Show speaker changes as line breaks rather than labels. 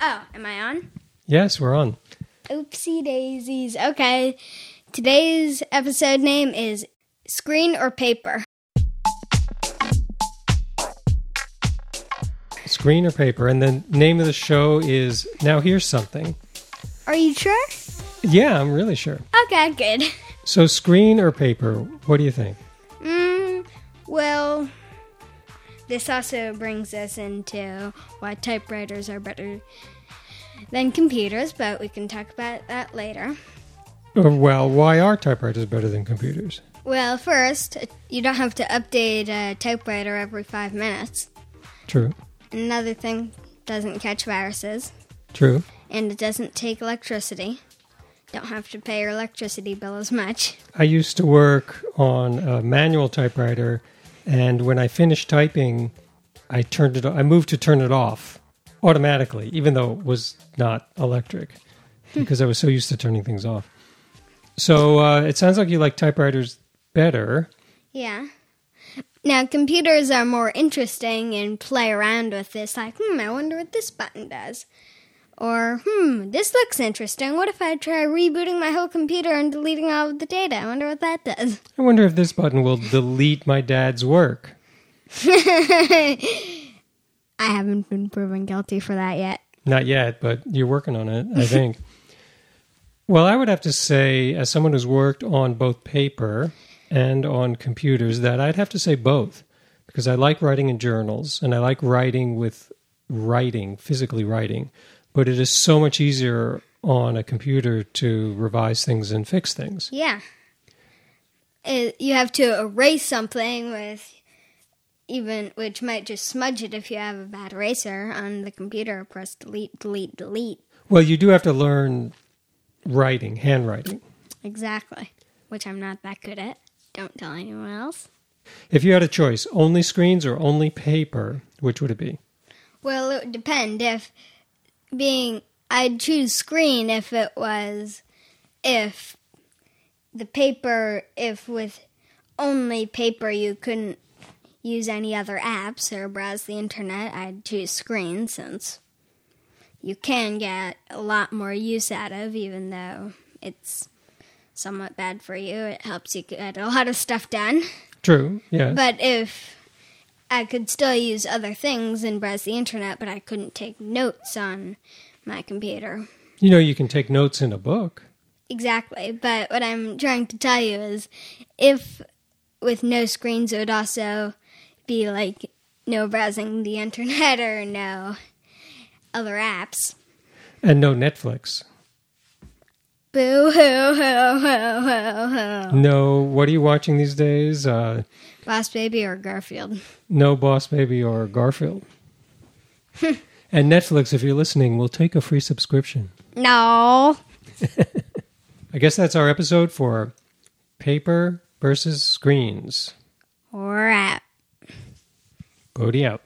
Oh, am I on?
Yes, we're on.
Oopsie daisies. Okay. Today's episode name is Screen or Paper.
Screen or paper. And the name of the show is Now Here's Something.
Are you sure?
Yeah, I'm really sure.
Okay, good.
So, screen or paper, what do you think?
Mm, well, this also brings us into why typewriters are better than computers, but we can talk about that later.
Or, Oh, Well, why are typewriters better than computers?
Well, first, you don't have to update a typewriter every five minutes.
True,
Another thing, doesn't catch viruses,
true.
and it doesn't take electricity. Don't have to pay your electricity bill as much.
I used to work on a manual typewriter, and when I finished typing, I turned it. I moved to turn it off automatically, even though it was not electric, because I was so used to turning things off. So uh, it sounds like you like typewriters better.
Yeah. Now, computers are more interesting and play around with this, like, hmm, I wonder what this button does. Or, hmm, this looks interesting. What if I try rebooting my whole computer and deleting all of the data? I wonder what that does.
I wonder if this button will delete my dad's work.
I haven't been proven guilty for that yet.
Not yet, but you're working on it, I think. well, I would have to say, as someone who's worked on both paper and on computers, that I'd have to say both because I like writing in journals and I like writing with writing, physically writing, but it is so much easier on a computer to revise things and fix things.
Yeah. It, you have to erase something with even which might just smudge it if you have a bad eraser on the computer press delete delete delete
Well, you do have to learn writing, handwriting.
Exactly. Which I'm not that good at. Don't tell anyone else.
If you had a choice, only screens or only paper, which would it be?
Well, it would depend if being I'd choose screen if it was if the paper if with only paper you couldn't use any other apps or browse the internet, I'd choose screen since you can get a lot more use out of even though it's somewhat bad for you. It helps you get a lot of stuff done.
True, yeah.
But if I could still use other things and browse the internet, but I couldn't take notes on my computer.
You know, you can take notes in a book.
Exactly. But what I'm trying to tell you is if with no screens, it would also be like no browsing the internet or no other apps.
And no Netflix.
Boo hoo hoo hoo hoo hoo.
No, what are you watching these days? Uh,
Boss Baby or Garfield.
no Boss Baby or Garfield. and Netflix, if you're listening, will take a free subscription.
No.
I guess that's our episode for paper versus screens.
Or app.
Bodie out.